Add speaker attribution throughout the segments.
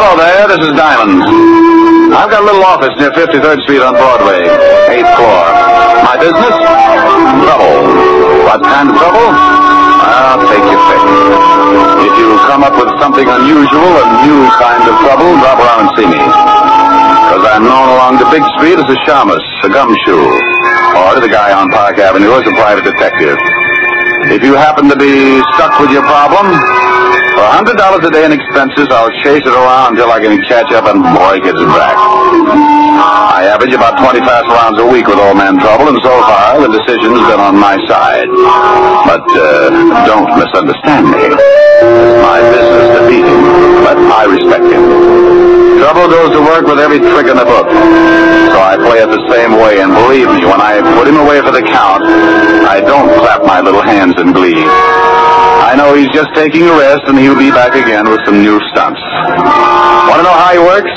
Speaker 1: Mrs. Diamond. I've got a little office near 53rd Street on Broadway, 8th floor. My business? Trouble. What kind of trouble? I'll take your pick. If you come up with something unusual, a new kind of trouble, drop around and see me. Because I'm known along the big street as a shamus, a gumshoe, or to the guy on Park Avenue as a private detective. If you happen to be stuck with your problem, for a hundred dollars a day in expenses, I'll chase it around until I can catch up and boy gets it back. I average about 20 fast rounds a week with old man trouble, and so far the decision's been on my side. But uh, don't misunderstand me. It's my business to beat him, but I respect him. Trouble goes to work with every trick in the book. So I play it the same way, and believe me, when I put him away for the count, I don't clap my little hands in glee. I know he's just taking a rest, and he'll be back again with some new stunts. Want to know how he works?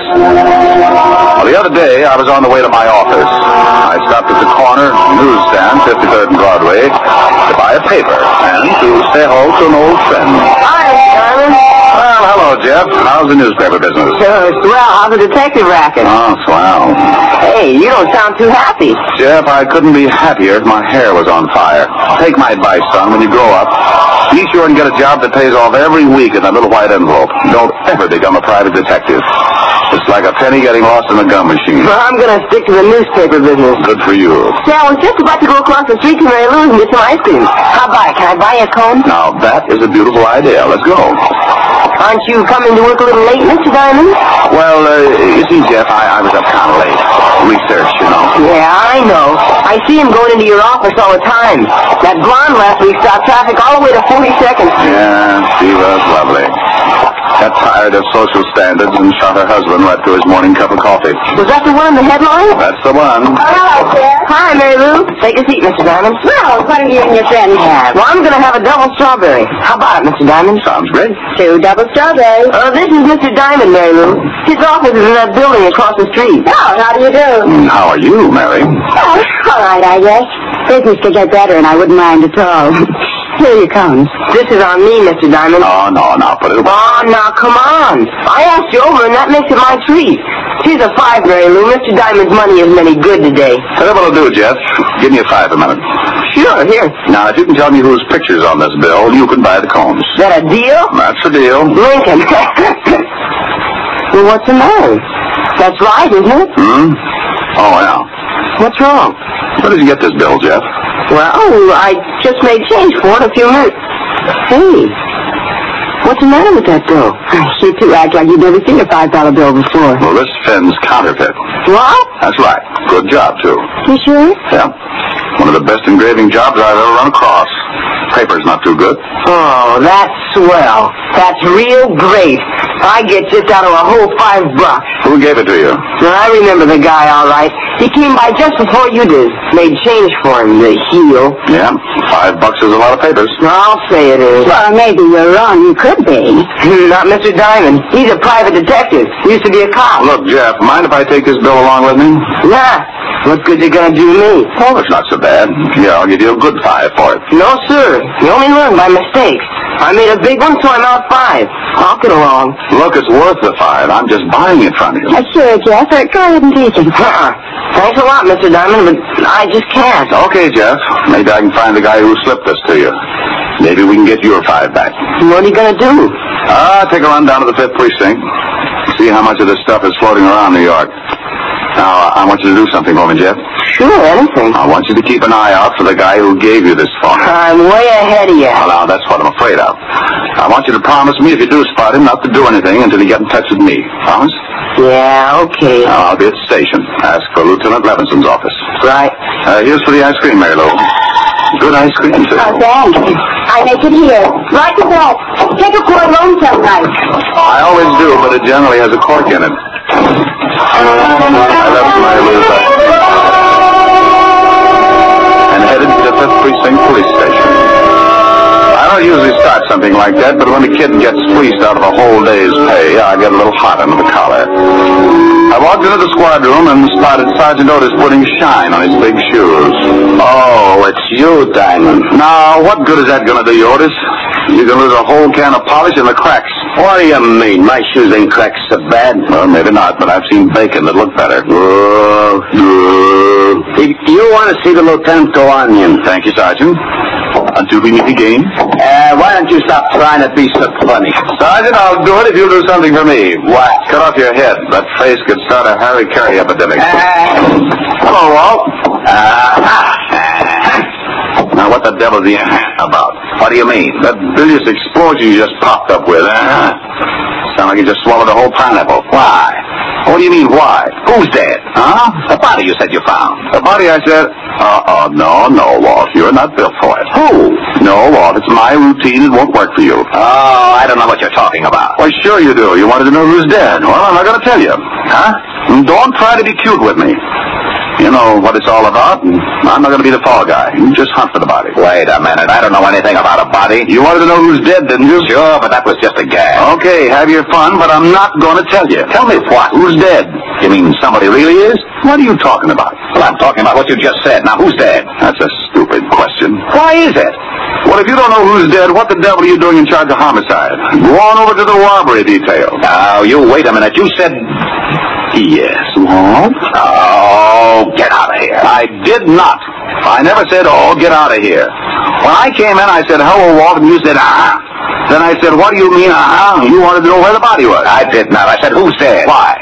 Speaker 1: Well, the other day, I was on the way to my office. I stopped at the corner newsstand, 53rd and Broadway, to buy a paper and to say hello to an old friend.
Speaker 2: Hi, Diamond.
Speaker 1: Well, hello, Jeff. How's the newspaper business?
Speaker 2: Uh, well, how's the detective racket?
Speaker 1: Oh, swell.
Speaker 2: Hey, you don't sound too happy.
Speaker 1: Jeff, I couldn't be happier if my hair was on fire. Take my advice, son, when you grow up. Be sure and get a job that pays off every week in that little white envelope. Don't ever become a private detective. It's like a penny getting lost in a gum machine.
Speaker 2: Well, I'm gonna stick to the newspaper business.
Speaker 1: Good for you.
Speaker 2: Yeah, I was just about to go across the street to Mary Lou's and get some ice cream. How about it? Can I buy you a cone?
Speaker 1: Now that is a beautiful idea. Let's go.
Speaker 2: Aren't you coming to work a little late, Mr. Diamond?
Speaker 1: Well, uh, you see, Jeff, I, I was up kind of late. Research, you know.
Speaker 2: Yeah, I know. I see him going into your office all the time. That blonde last week stopped traffic all the way to 42nd Street.
Speaker 1: Yeah, she was lovely. Got tired of social standards and shot her husband right through his morning cup of coffee.
Speaker 2: Was that the one in the headline?
Speaker 1: That's the one.
Speaker 2: Hello, Claire. Hi, Mary Lou. Take a seat, Mr. Diamond. Well, what are you and your friend have? Well, I'm gonna have a double strawberry. How about it, Mr. Diamond?
Speaker 1: Sounds great.
Speaker 2: Two double strawberries. Uh, this is Mr. Diamond, Mary Lou. His office is in that building across the street.
Speaker 3: Oh, how do you do?
Speaker 1: Mm, How are you, Mary?
Speaker 3: Oh, all right, I guess. Business could get better, and I wouldn't mind at all. Here you come.
Speaker 2: This is on me, Mr. Diamond.
Speaker 1: No, no, no, put it away.
Speaker 2: Oh, now come on. I asked you over, and that makes it my treat. Here's a five, Mary Lou. Mr. Diamond's money isn't any good today.
Speaker 1: Tell what'll do, Jeff. Give me a five a minute.
Speaker 2: Sure, here.
Speaker 1: Now, if you can tell me whose picture's on this bill, you can buy the combs.
Speaker 2: Is that a deal?
Speaker 1: That's the deal.
Speaker 2: Lincoln. well, what's the matter? That's right, isn't it?
Speaker 1: Hmm? Oh, yeah.
Speaker 2: What's wrong?
Speaker 1: Where did you get this bill, Jeff?
Speaker 2: Well, I just made change for it a few minutes. Hey, what's the matter with that bill?
Speaker 3: You two act like you've never seen a $5 bill before.
Speaker 1: Well, this Finn's counterfeit.
Speaker 2: What?
Speaker 1: That's right. Good job, too.
Speaker 3: You sure?
Speaker 1: Yeah. One of the best engraving jobs I've ever run across. Paper's not too good.
Speaker 2: Oh, that's swell. That's real great. I get just out of a whole five bucks.
Speaker 1: Who gave it to you?
Speaker 2: Now, I remember the guy all right. He came by just before you did. Made change for him, the heel.
Speaker 1: Yeah. Five bucks is a lot of papers.
Speaker 2: I'll say it is. Hmm,
Speaker 3: Well, maybe you're wrong. You could be.
Speaker 2: Not Mr. Diamond. He's a private detective. Used to be a cop.
Speaker 1: Look, Jeff, mind if I take this bill along with me?
Speaker 2: Nah. What good you gonna do to me?
Speaker 1: Oh, it's not so bad. Yeah, I'll give you a good five for it.
Speaker 2: No, sir. You only learn by mistakes. I made a big one, so I'm out five. I'll get along.
Speaker 1: Look, it's worth the five. I'm just buying it from you.
Speaker 3: Uh, sure, Jeff. Uh, Go ahead and take it.
Speaker 2: Huh. Uh-uh. Thanks a lot, Mr. Diamond, but I just can't.
Speaker 1: Okay, Jeff. Maybe I can find the guy who slipped this to you. Maybe we can get your five back.
Speaker 2: What are you gonna do?
Speaker 1: Ah, take a run down to the fifth precinct. See how much of this stuff is floating around New York. Now, uh, I want you to do something for me, Jeff.
Speaker 2: Sure, anything.
Speaker 1: I want you to keep an eye out for the guy who gave you this phone.
Speaker 2: I'm way ahead of you.
Speaker 1: Well, now, that's what I'm afraid of. I want you to promise me if you do spot him not to do anything until you get in touch with me. Promise?
Speaker 2: Yeah, okay.
Speaker 1: Now, I'll be at the station. Ask for Lieutenant Levinson's office.
Speaker 2: Right.
Speaker 1: Uh, here's for the ice cream, Mary Lou. Good ice cream, sir.
Speaker 3: Oh, thanks. I make it here. Right to that. Take a court loan sometime.
Speaker 1: I always do, but it generally has a cork in it. I left my loose and headed to the Fifth Precinct Police Station. I don't usually start something like that, but when a kid gets fleeced out of a whole day's pay, I get a little hot under the collar. I walked into the squad room and spotted Sergeant Otis putting shine on his big shoes. Oh, it's you, Diamond. Now, what good is that going to do you, Otis? You can lose a whole can of polish in the cracks. What do you mean? My shoes ain't cracked so bad. Well, maybe not, but I've seen bacon that looked better. If you want to see the lieutenant, go on in. Thank you, Sergeant. Until we meet again. Uh, why don't you stop trying to be so funny? Sergeant, I'll do it if you'll do something for me. What? Cut off your head. That face could start a Harry Carey epidemic. Uh-huh. hello, Walt. Uh-huh. Now, what the devil's the about? What do you mean? That bilious explosion you just popped up with, uh-huh. huh? Sound like you just swallowed a whole pineapple. Why? What do you mean, why? Who's dead? Huh? The body you said you found. The body I said? Uh-uh, no, no, Walt. You're not built for it. Who? No, Walt. It's my routine. It won't work for you. Oh, I don't know what you're talking about. Why, sure you do. You wanted to know who's dead. Well, I'm not going to tell you. Huh? Don't try to be cute with me. You know what it's all about, and I'm not going to be the fall guy. You just hunt for the body. Wait a minute. I don't know anything about a body. You wanted to know who's dead, didn't you? Sure, but that was just a gag. Okay, have your fun, but I'm not going to tell you. Tell me what? Who's dead? You mean somebody really is? What are you talking about? Well, I'm talking about what you just said. Now, who's dead? That's a stupid question. Why is it? Well, if you don't know who's dead, what the devil are you doing in charge of homicide? Go on over to the robbery detail. Now, you wait a minute. You said... Yes. What? Oh, get out of here. I did not. I never said, oh, get out of here. When I came in, I said, hello, Walt, and you said, ah. Then I said, what do you mean, ah? You wanted to know where the body was. I did not. I said, who said? Why?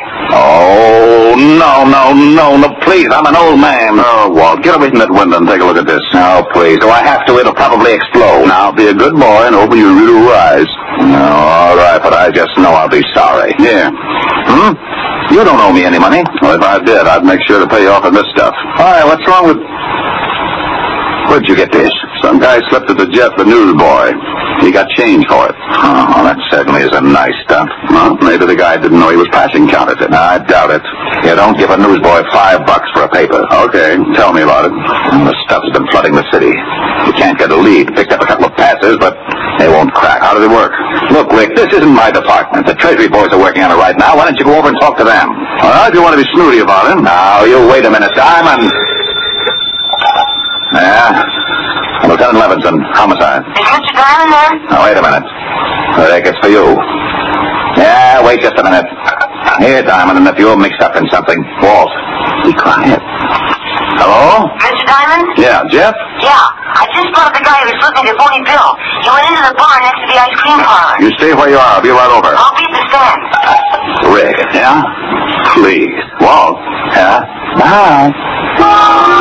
Speaker 1: Oh, no, no, no, no, please. I'm an old man. Oh, Walt, get away from that window and take a look at this. No, please. Do I have to? It'll probably explode. Now, be a good boy and open your little eyes. No, all right, but I just know I'll be sorry. Yeah. Hmm? You don't owe me any money. Well, if I did, I'd make sure to pay you off on this stuff. All right, what's wrong with... Where'd you get this? Some guy slipped at the jet, the newsboy. He got change for it. Oh, that certainly is a nice stunt. Well, maybe the guy didn't know he was passing counterfeit. I doubt it. You don't give a newsboy five bucks for a paper. Okay, tell me about it. The stuff's been flooding the city. You can't get a lead. Picked up a couple of passes, but they won't crack. How does it work? Look, Rick, this isn't my department. The Treasury boys are working on it right now. Why don't you go over and talk to them? All right, if you want to be snooty about it. Now, you wait a minute, Simon. Yeah? Lieutenant Levinson, homicide.
Speaker 2: Is Mr. Diamond there?
Speaker 1: Now, wait a minute. Rick, it's for you. Yeah, wait just a minute. Here, Diamond, and if you're mixed up in something, Walt, be quiet. Hello?
Speaker 2: Mr. Diamond?
Speaker 1: Yeah, Jeff?
Speaker 2: Yeah. I just spotted the guy who was flipping the phony bill. He went into the bar next to the ice cream parlor.
Speaker 1: You stay where you are. I'll be right over.
Speaker 2: I'll be at the stand.
Speaker 1: Rick. Yeah? Please. Walt. Yeah? Bye.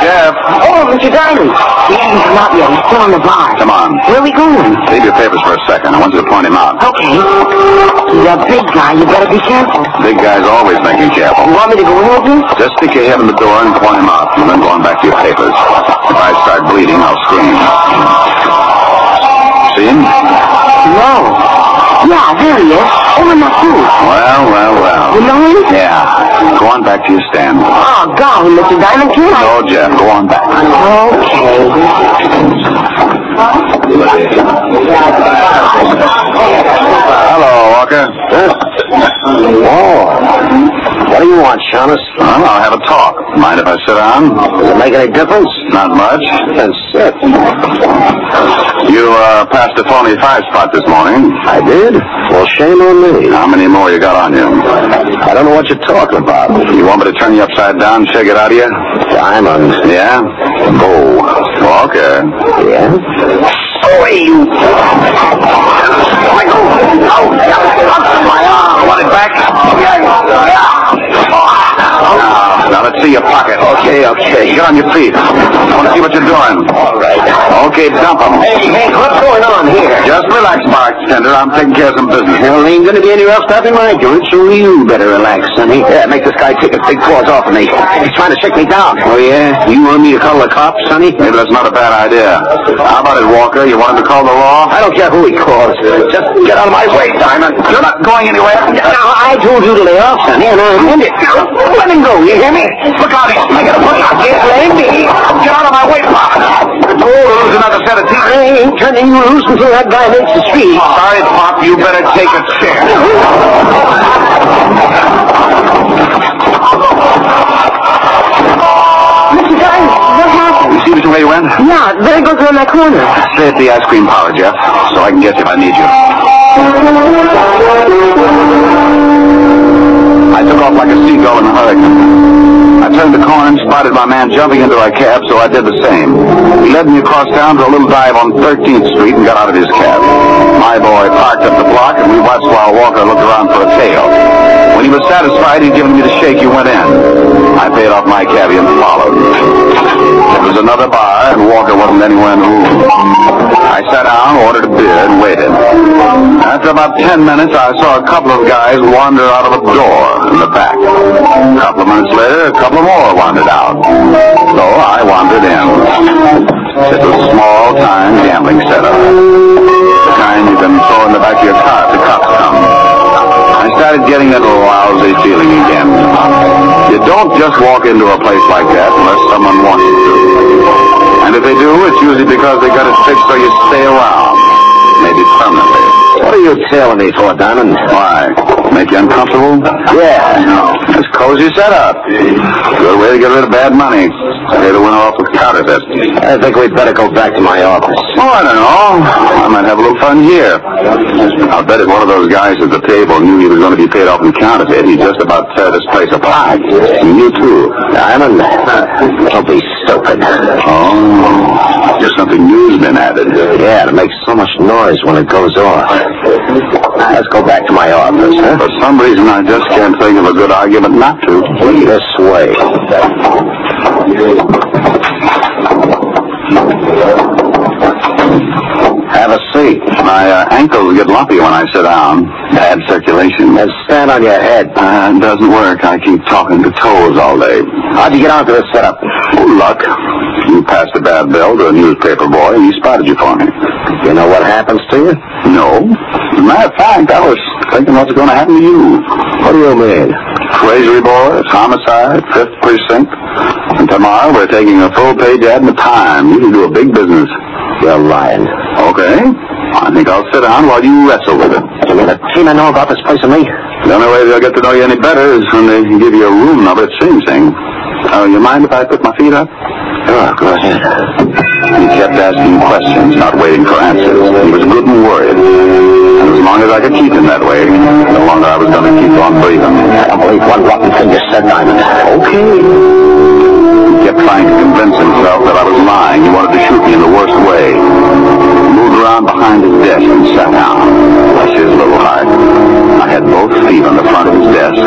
Speaker 1: Jeff.
Speaker 2: Oh, Mr. Diamond. He hasn't come out yet. He's still in the bar.
Speaker 1: Come on.
Speaker 2: Where are we going?
Speaker 1: Leave your papers for a second. I want you to point him out.
Speaker 2: Okay. He's a big guy. You better be careful.
Speaker 1: Big guy's always making
Speaker 2: You
Speaker 1: careful.
Speaker 2: want me to go in with you?
Speaker 1: Just stick your head in the door and point him out, and then go on back to your papers. If I start bleeding, I'll scream. See him?
Speaker 2: No. Yeah, there he is. Over in the food.
Speaker 1: Well, well,
Speaker 2: You
Speaker 1: well.
Speaker 2: know him?
Speaker 1: Yeah. Go on back to your stand.
Speaker 2: Oh, golly, Mr. Diamond, can I?
Speaker 1: No, Jeff, go on back. Hello, Walker. Whoa. What do you want, Shamus? Well, I'll have a talk. Mind if I sit down? Does it make any difference? Not much. Then sit. You uh, passed a phony five spot this morning. I did? Well, shame on me. How many more you got on you? I don't know what you're talking about. You want me to turn you upside down, shake it out of you? Diamond. Yeah? Go. Walker. Yeah? Want it back? Now, now let's see your pocket. Okay, okay. Get on your feet. I want to see what you're doing. All right. Okay, dump him. Hey, hey, what's going on here? Just relax, bartender. I'm taking care of some business. Well, ain't going to be any rough stuff in my joint, so you better relax, Sonny. Yeah, make this guy take his big claws off of me. He's trying to shake me down. Oh, yeah? You want me to call the cops, Sonny? Maybe that's not a bad idea. How about it, Walker? You want him to call the law? I don't care who he calls. Just get out of my way, Diamond. You're not going anywhere. Now, I told you to lay off, Sonny, and I meant it. Let him go, you hear me? Look out, he's making a push. Can't blame me. Get out of my way, Pop. Oh, lose another set of teeth. I ain't turning you loose until that guy makes the street. Sorry, Pop, you better take a chair.
Speaker 2: that corner?
Speaker 1: Stay at the ice cream parlor, Jeff, so I can get you if I need you. I took off like a seagull in a hurricane. I turned the corner and spotted my man jumping into our cab, so I did the same. He led me across town to a little dive on 13th Street and got out of his cab. My boy parked up the block, and we watched while Walker looked around for a tail. When he was satisfied he'd given me the shake, he went in. I paid off my cabbie and followed. It was another bar, and Walker wasn't anywhere in the room. I sat down, ordered a beer, and waited. After about ten minutes, I saw a couple of guys wander out of a door in the back. A couple of minutes later, a couple more wandered out. So I wandered in. It was a small-time gambling setup. The kind you can throw in the back of your car if the cops come. I started getting that lousy feeling again. You don't just walk into a place like that unless someone wants you to. And if they do, it's usually because they got it fixed so you stay around. Maybe permanently. What are you tailing me for, Diamond? Why? Make you uncomfortable? Yeah. It's cozy setup. Good way to get rid of bad money. Pay the winner off with counterfeit. I think we'd better go back to my office. Oh, I don't know. I might have a little fun here. I'll bet if one of those guys at the table knew he was going to be paid off in counterfeit, he'd just about tear this place apart. And you too. Diamond, don't be stupid. Oh, just something new's been added. Yeah, it makes so much noise when it goes off. Let's go back to my office, huh? For some reason, I just can't think of a good argument not to. This way. Have a seat. My uh, ankles get lumpy when I sit down. Bad circulation. Then stand on your head. Uh, it doesn't work. I keep talking to toes all day. How'd you get onto this setup? Luck. You passed a bad bill to a newspaper boy, and he spotted you for me. You know what happens to you? No. As a matter of fact, I was thinking what's going to happen to you. What do you mean? Treasury boys, homicide, fifth precinct. And tomorrow we're taking a full-page ad in the Time. You can do a big business. You're lying. Okay. I think I'll sit down while you wrestle with it. You mean the team I know about this place and me? The only way they'll get to know you any better is when they give you a room number at Sing Sing. Uh, you mind if I put my feet up? Sure, go ahead. He kept asking questions, not waiting for answers. He was good and worried. And as long as I could keep him that way, the longer I was going to keep on breathing. I don't believe one rotten thing you said, Diamond. Okay. He kept trying to convince himself that I was lying. He wanted to shoot me in the worst way. He moved around behind his desk and sat down. Bless his little heart. I had both feet on the front of his desk,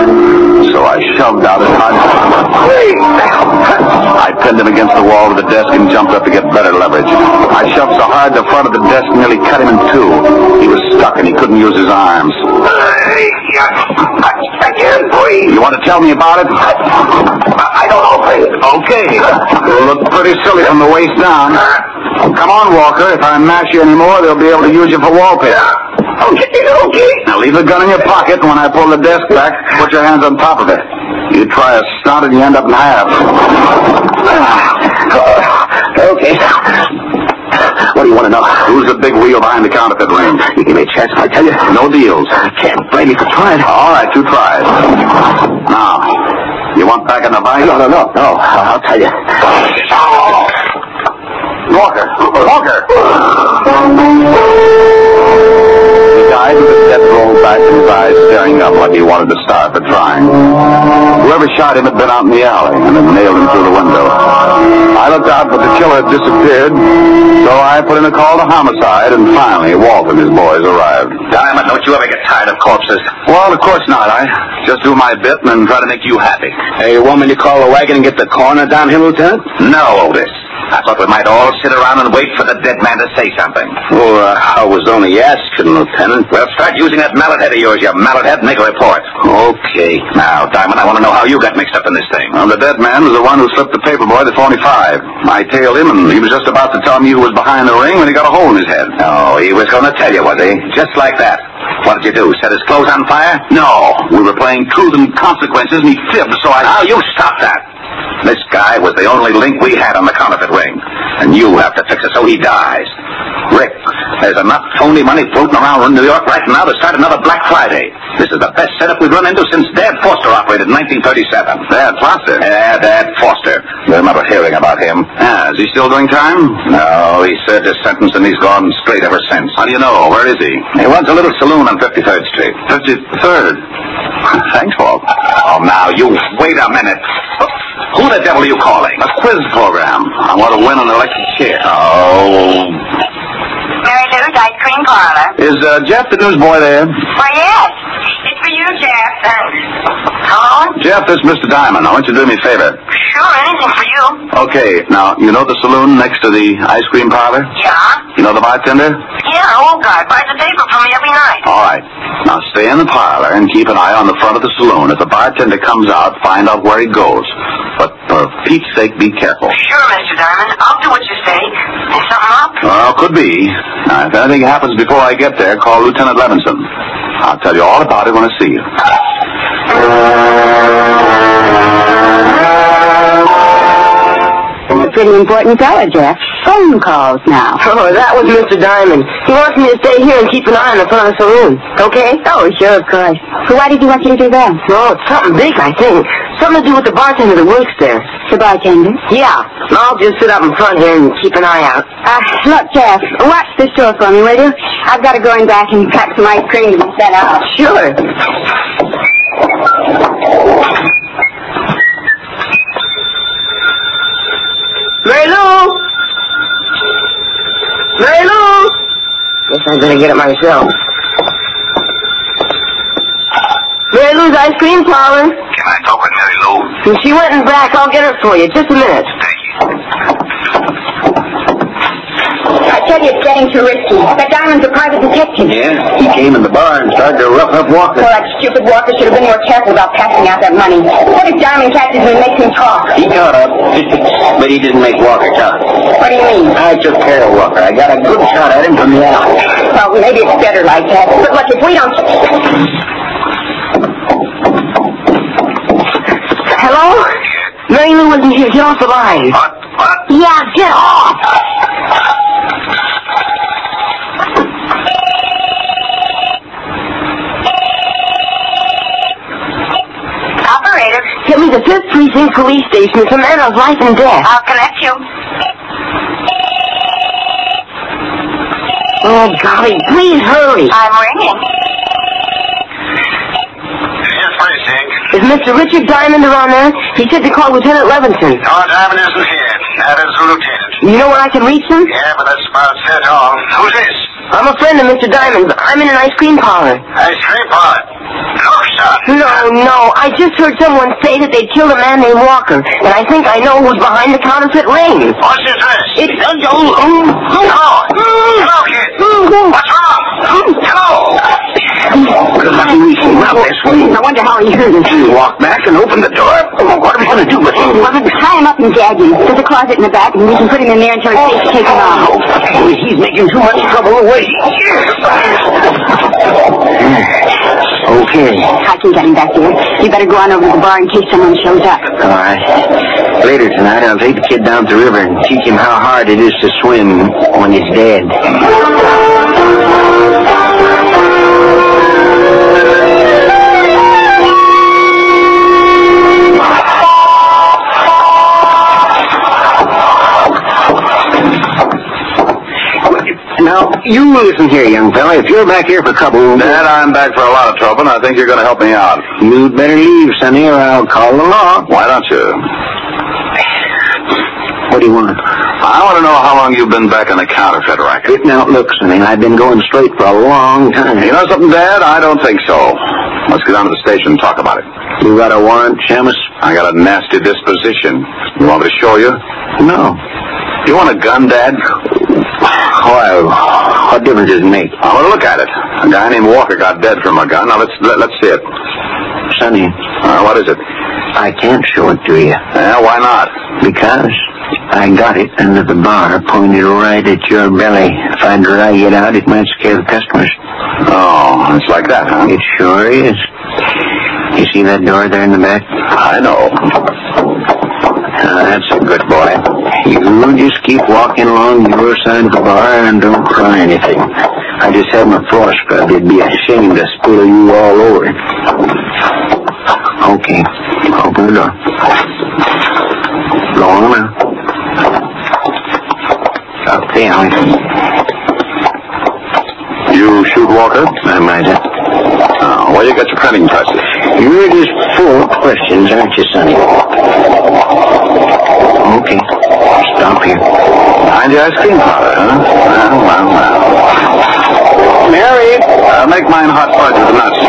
Speaker 1: so I shoved out as hard as I pinned him against the wall of the desk and jumped up to get better leverage. I shoved so hard the front of the desk nearly cut him in two. He was stuck and he couldn't use his arms. I can't breathe. You want to tell me about it? I don't know, Pete. Okay. You look pretty silly from the waist down. Come on, Walker. If I mash you anymore, they'll be able to use you for wallpaper. Okay, okay. Now leave the gun in your pocket. When I pull the desk back, put your hands on top of it. You try a stunt and you end up in halves. Okay. What do you want to know? Who's the big wheel behind the counterfeit ring? You give me a chance if I tell you. No deals. I can't blame you for trying. All right, you tried. Now, you want back in the bike? No, no, no. No, I'll tell you. Walker. Walker. He died with his head rolled back and his eyes staring up like he wanted to starve for trying. Whoever shot him had been out in the alley and had nailed him through the window. I looked out, but the killer had disappeared, so I put in a call to homicide, and finally Walt and his boys arrived. Diamond, don't you ever get tired of corpses? Well, of course not. I just do my bit and then try to make you happy. Hey, you want me to call the wagon and get the corner down here, Lieutenant? No, Otis. I thought we might all sit around and wait for the dead man to say something. Well, uh, I was only asking, Lieutenant. Well, start using that mallet head of yours, you mallet head, and make a report. Okay. Now, Diamond, I want to know how you got mixed up in this thing. Well, the dead man was the one who slipped the paperboy the 45. I tailed him, and he was just about to tell me who was behind the ring when he got a hole in his head. Oh, he was going to tell you, was he? Just like that. What did you do? Set his clothes on fire? No. We were playing truth and consequences, and he fibbed, so I... Now, you stop that. This guy was the only link we had on the counterfeit ring. And you have to fix it so he dies. Rick, There's enough phony money floating around in New York right now to start another Black Friday. This is the best setup we've run into since Dad Foster operated in 1937. Dad Foster? Yeah, Dad Foster. You remember hearing about him. Ah, is he still doing time? No, he served his sentence and he's gone straight ever since. How do you know? Where is he? He runs a little saloon on 53rd Street. 53rd? Thanks, Walt. Oh, now, you wait a minute. Who the devil are you calling? A quiz program. I want to win an electric chair. Oh,
Speaker 4: Mary Lou's Ice Cream Parlor.
Speaker 1: is uh, Jeff the newsboy there?
Speaker 4: Why, yes. It's for you, Jeff. Thanks. Hello?
Speaker 1: Jeff, this is Mr. Diamond. I want you to do me a favor.
Speaker 4: Sure, anything for you.
Speaker 1: Okay, now, you know the saloon next to the ice cream parlor?
Speaker 4: Yeah?
Speaker 1: You know the bartender?
Speaker 4: Yeah, old guy. Buys the paper for me every night.
Speaker 1: All right. Now, stay in the parlor and keep an eye on the front of the saloon. If the bartender comes out, find out where he goes. But for Pete's sake, be careful.
Speaker 4: Sure, Mr. Diamond. I'll do what you say. Is something up?
Speaker 1: Well, could be. Now, if anything happens before I get there, call Lieutenant Levinson. I'll tell you all about it when I see you.
Speaker 3: You're a pretty important fella, Jeff. Phone calls now.
Speaker 2: Oh, that was Mr. Diamond. He wants me to stay here and keep an eye on the front of the saloon. Okay?
Speaker 3: Oh, sure, of course. So why did you want me to do that?
Speaker 2: No, it's something big, I think. Something to do with the bartender that works there.
Speaker 3: The bartender?
Speaker 2: Yeah. And I'll just sit up in front here and keep an eye out.
Speaker 3: Uh, look, Jeff, watch this door for me, will you? I've got to go in back and pack some ice cream to be sent out.
Speaker 2: Sure. Mary Lou! Mary Lou! Guess I'm gonna get it myself. Mary Lou's ice cream parlor.
Speaker 1: Can I talk with Mary Lou?
Speaker 2: And she went in back. I'll get it for you. Just a minute.
Speaker 3: I tell you, it's getting too risky. That Diamond's a private detective.
Speaker 1: Yeah, he came in the bar and started to rough up Walker.
Speaker 3: Well, that stupid Walker should have been more careful about passing out that money. What if Diamond catches me and makes me talk?
Speaker 1: He caught up, but he didn't make Walker talk.
Speaker 3: What do you mean?
Speaker 1: I took care of Walker. I got a good shot at him from the alley.
Speaker 3: Well, maybe it's better like that. But look, if we don't...
Speaker 2: Hello? Mary Lou isn't here. Get off the line.
Speaker 1: What? What?
Speaker 3: Yeah, get off!
Speaker 4: Operator,
Speaker 2: Get me the 5th Precinct Police Station. It's a matter of life and death.
Speaker 4: I'll connect you.
Speaker 2: Oh, golly, please hurry.
Speaker 4: I'm ringing.
Speaker 1: Yes, Precinct.
Speaker 2: Is Mr. Richard Diamond around there? He said to call Lieutenant Levinson.
Speaker 1: No, Diamond isn't here. That is the lieutenant.
Speaker 2: You know where I can reach him?
Speaker 1: Yeah, but that's about it all. Who's this?
Speaker 2: I'm a friend of Mr. Diamond, but I'm in an ice cream parlor.
Speaker 1: Ice cream parlor. Look, son.
Speaker 2: No, no. I just heard someone say that they killed a man named Walker, and I think I know who's behind the counterfeit ring.
Speaker 1: What's your dress?
Speaker 2: It's... Oh, oh,
Speaker 1: Hello. Hello, kid. What's wrong? Hello. Good luck we came out this way.
Speaker 3: I wonder how he heard us.
Speaker 1: You walk back and open the door. Oh, what are we going to do with him?
Speaker 3: Well, then tie him up and gag him. There's a closet in the back, and we can put him in there until he's safe to take him off.
Speaker 1: Oh, he's making too much trouble away. Okay.
Speaker 3: I can get him back there. You better go on over to the bar in case someone shows up.
Speaker 1: All right. Later tonight, I'll take the kid down to the river and teach him how hard it is to swim when he's dead. Now, you listen here, young fella. If you're back here for trouble... Dad, I'm back for a lot of trouble, and I think you're going to help me out. You'd better leave, Sonny, or I'll call the law. Why don't you? What do you want? I want to know how long you've been back in the counterfeit racket. Now, look, Sonny, I've been going straight for a long time. You know something, Dad? I don't think so. Let's get down to the station and talk about it. You got a warrant, Shamus? I got a nasty disposition. You want me to show you? No. You want a gun, Dad? Well, what difference does it make? I want to look at it. A guy named Walker got dead from a gun. Now, let's, let, let's see it. Sonny. Uh, what is it? I can't show it to you. Yeah, why not? Because I got it under the bar, pointed right at your belly. If I drag it out, it might scare the customers. Oh, it's like that, huh? It sure is. You see that door there in the back? I know. Now, Uh, that's a good boy. You just keep walking along your side of the bar and don't try anything. I just had my floor scrubbed. It'd be ashamed to spill you all over. Okay. Open the door. Go on out. Okay, Helen. You shoot Walker? I might have. Oh, where you got your printing presses? You're just full of questions, aren't you, Sonny? Okay. Stop here. Mind your skin powder, huh? Well, well, well. Mary! Uh, make mine hot fudge with nuts.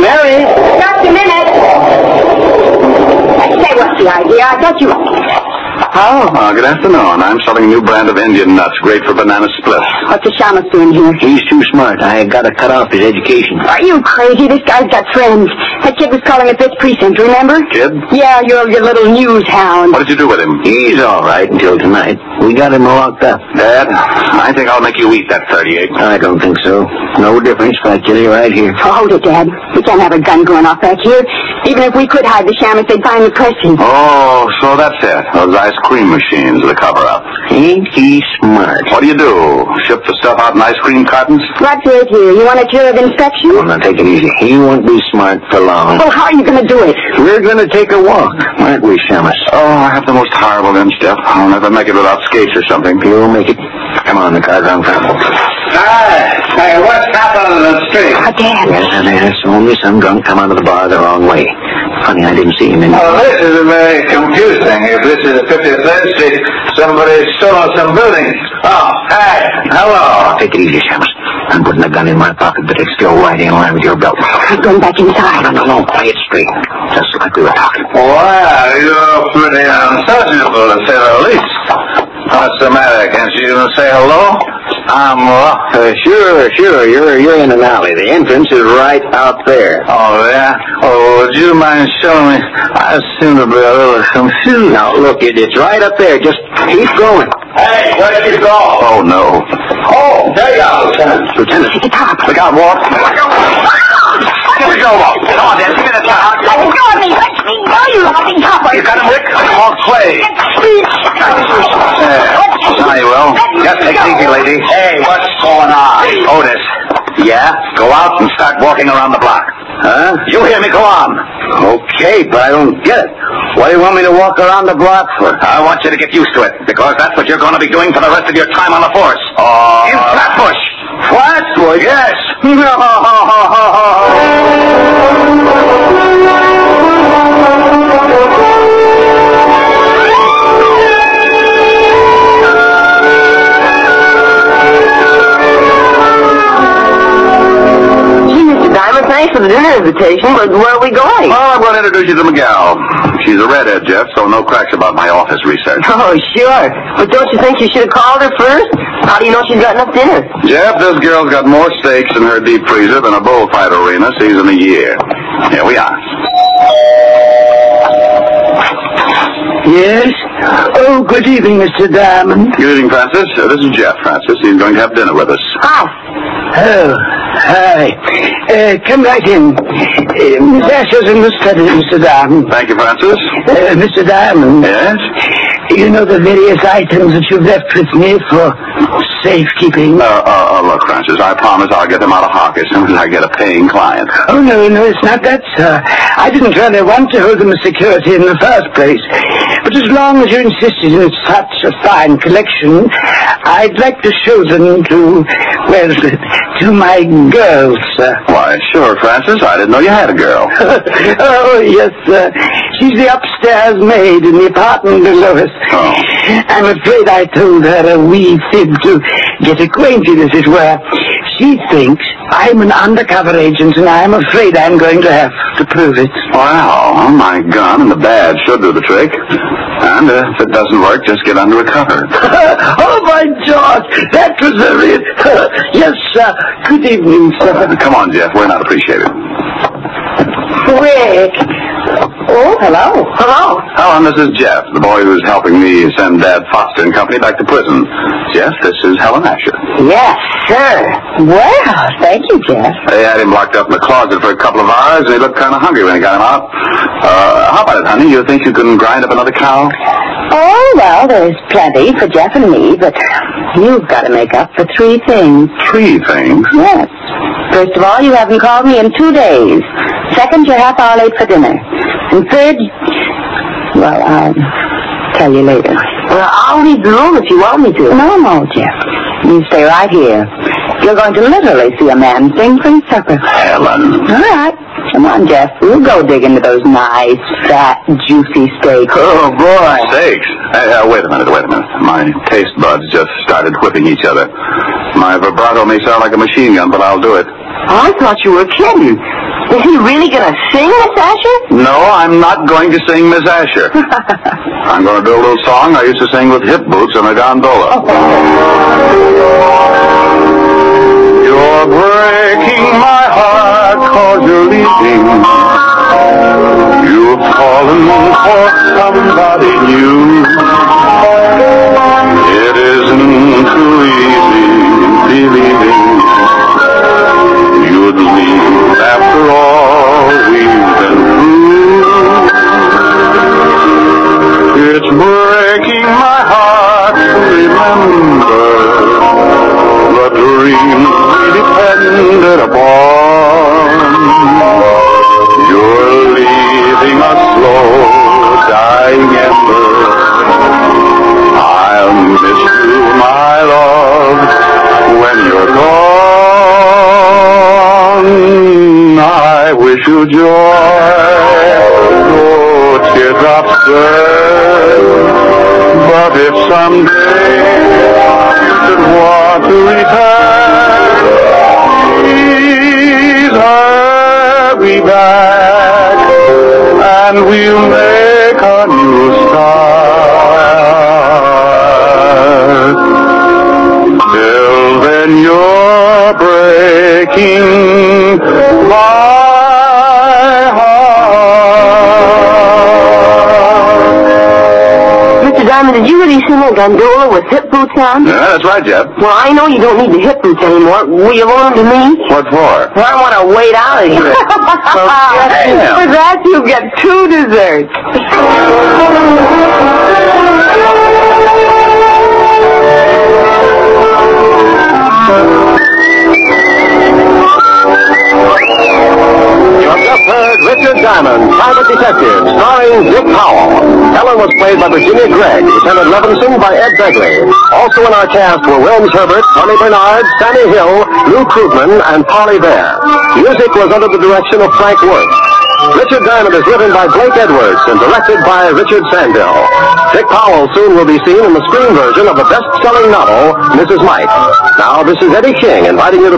Speaker 1: Mary!
Speaker 4: Just a minute. Say, what's the idea? I thought you...
Speaker 1: Oh. good afternoon. I'm selling a new brand of Indian nuts, great for banana splits.
Speaker 4: What's the shamus doing here?
Speaker 1: He's too smart. I gotta cut off his education.
Speaker 4: Are you crazy? This guy's got friends. That kid was calling at this precinct, remember?
Speaker 1: Kid?
Speaker 4: Yeah, you're your little news hound.
Speaker 1: What did you do with him? He's all right until tonight. We got him locked up. Dad, I think I'll make you eat that 38. I don't think so. No difference if I kill you right here.
Speaker 4: Oh, hold it, Dad. We can't have a gun going off back here. Even if we could hide the shamus, they'd find the person.
Speaker 1: Oh, so that's it. Those ice cream machines, the cover-up. Ain't he smart? What do you do? Ship the stuff out in ice cream cartons?
Speaker 4: What's with you? You want a tour of inspection?
Speaker 1: now take it easy. He won't be smart for long.
Speaker 4: Well, how are you going to do it?
Speaker 1: We're going to take a walk, aren't we, Shamus? Oh, I have the most horrible instep. I'll never make it without skates or something. You'll make it. Come on, the car's on fire. Hey, what's happening on the street?
Speaker 4: Oh, Dad.
Speaker 1: Yes, and there's only some drunk come out of the bar the wrong way. Funny, I didn't see him in
Speaker 5: Well, this is very confusing. If this is 53rd Street, somebody stole some building. Oh, hi. Hello.
Speaker 1: Take it easy, Shamus. I'm putting a gun in my pocket, but it's still right in line with your belt.
Speaker 4: I'm going back inside.
Speaker 1: No, no, no, play it straight. Just like we were talking.
Speaker 5: Well, you're pretty unsociable, to say the least. What's the matter? Can't you even say hello? I'm lost.
Speaker 1: Uh, sure, sure. You're you're in an alley. The entrance is right out there.
Speaker 5: Oh, yeah? Oh, would you mind showing me? I seem to be a little confused.
Speaker 1: Now look, it, it's right up there. Just keep going.
Speaker 5: Hey, where'd you go?
Speaker 1: Oh no,
Speaker 5: Oh, there you are, Lieutenant.
Speaker 1: Lieutenant.
Speaker 4: It's a cop.
Speaker 1: Look out, Walt. Here we go, Walt. Come on, Dan. Give me that time.
Speaker 4: Let go of me. Let me go, you loving copper.
Speaker 1: You got him, Rick?
Speaker 5: Come on, play.
Speaker 1: Yeah. Sorry, Will. Just take it easy, lady.
Speaker 5: Hey, what's going on?
Speaker 1: Otis. Yeah? Go out and start walking around the block. Huh? You hear me? Go on. Okay, but I don't get it. What do you want me to walk around the block for? I want you to get used to it, because that's what you're going to be doing for the rest of your time on the force. Oh. In Flatbush. Flatbush? Yes.
Speaker 6: Gee, Mr. Diamond, thanks for the dinner invitation, but where are we going?
Speaker 1: Well, I'm going to introduce you to Miguel. She's a redhead, Jeff, so no cracks about my office research.
Speaker 6: Oh, sure. But don't you think you should have called her first? How do you know she's got enough dinner?
Speaker 1: Jeff, this girl's got more steaks in her deep freezer than a bullfight arena sees in a year. Here we are.
Speaker 2: Yes? Oh, good evening, Mr. Diamond.
Speaker 1: Good evening, Francis. Uh, this is Jeff, Francis. He's going to have dinner with us.
Speaker 2: Ah. Oh, hi. Uh, come right in. Uh, Miss Asher's in the study, Mr. Diamond.
Speaker 1: Thank you, Francis.
Speaker 2: Uh, Mr. Diamond,
Speaker 1: Yes?
Speaker 2: you know the various items that you've left with me for safekeeping?
Speaker 1: Uh, uh, uh, look, Francis, I promise I'll get them out of hock as soon as I get a paying client.
Speaker 2: Oh, no, no, it's not that, sir. I didn't really want to hold them as security in the first place. But as long as you insisted in such a fine collection, I'd like to show them to, well, to my girls, sir.
Speaker 1: Why, sure, Francis. I didn't know you had a girl.
Speaker 2: oh, yes, sir. She's the upstairs maid in the apartment below us.
Speaker 1: Oh.
Speaker 2: I'm afraid I told her a wee fib to get acquainted, as it were. She thinks I'm an undercover agent, and I'm afraid I'm going to have to prove it.
Speaker 1: Wow, oh, my gun and the badge should do the trick. And uh, if it doesn't work, just get under a cover.
Speaker 2: oh, my George, that was a real... yes, sir. Good evening, sir.
Speaker 1: Uh, come on, Jeff. We're not appreciated.
Speaker 6: Rick. Oh, hello. Hello.
Speaker 1: Helen, this is Jeff, the boy who's helping me send Dad Foster and company back to prison. Jeff, this is Helen Asher.
Speaker 6: Yes, sir. Well, thank you, Jeff.
Speaker 1: They had him locked up in the closet for a couple of hours, and he looked kind of hungry when he got him out. Uh, how about it, honey? You think you can grind up another cow?
Speaker 3: Oh, well, there's plenty for Jeff and me, but you've got to make up for three things.
Speaker 1: Three things.
Speaker 3: Yes. First of all, you haven't called me in two days. Second, you're half hour late for dinner. And third, well, I'll tell you later. Well, I'll leave the room if you want me to. No, no, Jeff. You stay right here. You're going to literally see a man sing from supper.
Speaker 1: Helen.
Speaker 3: All right. Come on, Jeff. We'll go dig into those nice, fat, juicy steaks.
Speaker 1: Oh, boy. Sakes. Hey, uh, wait a minute, wait a minute. My taste buds just started whipping each other. My vibrato may sound like a machine gun, but I'll do it.
Speaker 2: I thought you were kidding. Is he really going to sing, Miss Asher?
Speaker 1: No, I'm not going to sing Miss Asher. I'm going to do a little song I used to sing with hip boots and a gondola. You're breaking my heart cause you're leaving. You've fallen for somebody new. It isn't too easy believing you'd leave after all we've been through. It's breaking my heart to remember the dreams we depended upon. You're leaving a slow dying ember. I'll miss you, my love, when you're gone. I wish you joy. Oh, No teardrops burn, but if someday you should want to return, please hurry back, and we'll make a new start. Till then you're breaking my heart.
Speaker 2: Mr. Diamond, did you really sing a gondola with hip boots on?
Speaker 1: Yeah, that's right, Jeff.
Speaker 2: Well, I know you don't need the hip boots anymore. Will you loan them to me?
Speaker 1: What for?
Speaker 2: Well, I want to wait out of here.
Speaker 1: Well, damn.
Speaker 2: For that, you get two desserts.
Speaker 1: You have just heard Richard Diamond, Private Detective, starring Dick Powell. Helen was played by Virginia Gregg, Lieutenant Levinson by Ed Begley. Also in our cast were Wilms Herbert, Tony Bernard, Sammy Hill, Lou Krugman, and Polly Bear. Music was under the direction of Frank Wood. Richard Diamond is written by Blake Edwards and directed by Richard Sandell. Dick Powell soon will be seen in the screen version of the best-selling novel, Mrs. Mike. Now, this is Eddie King inviting you to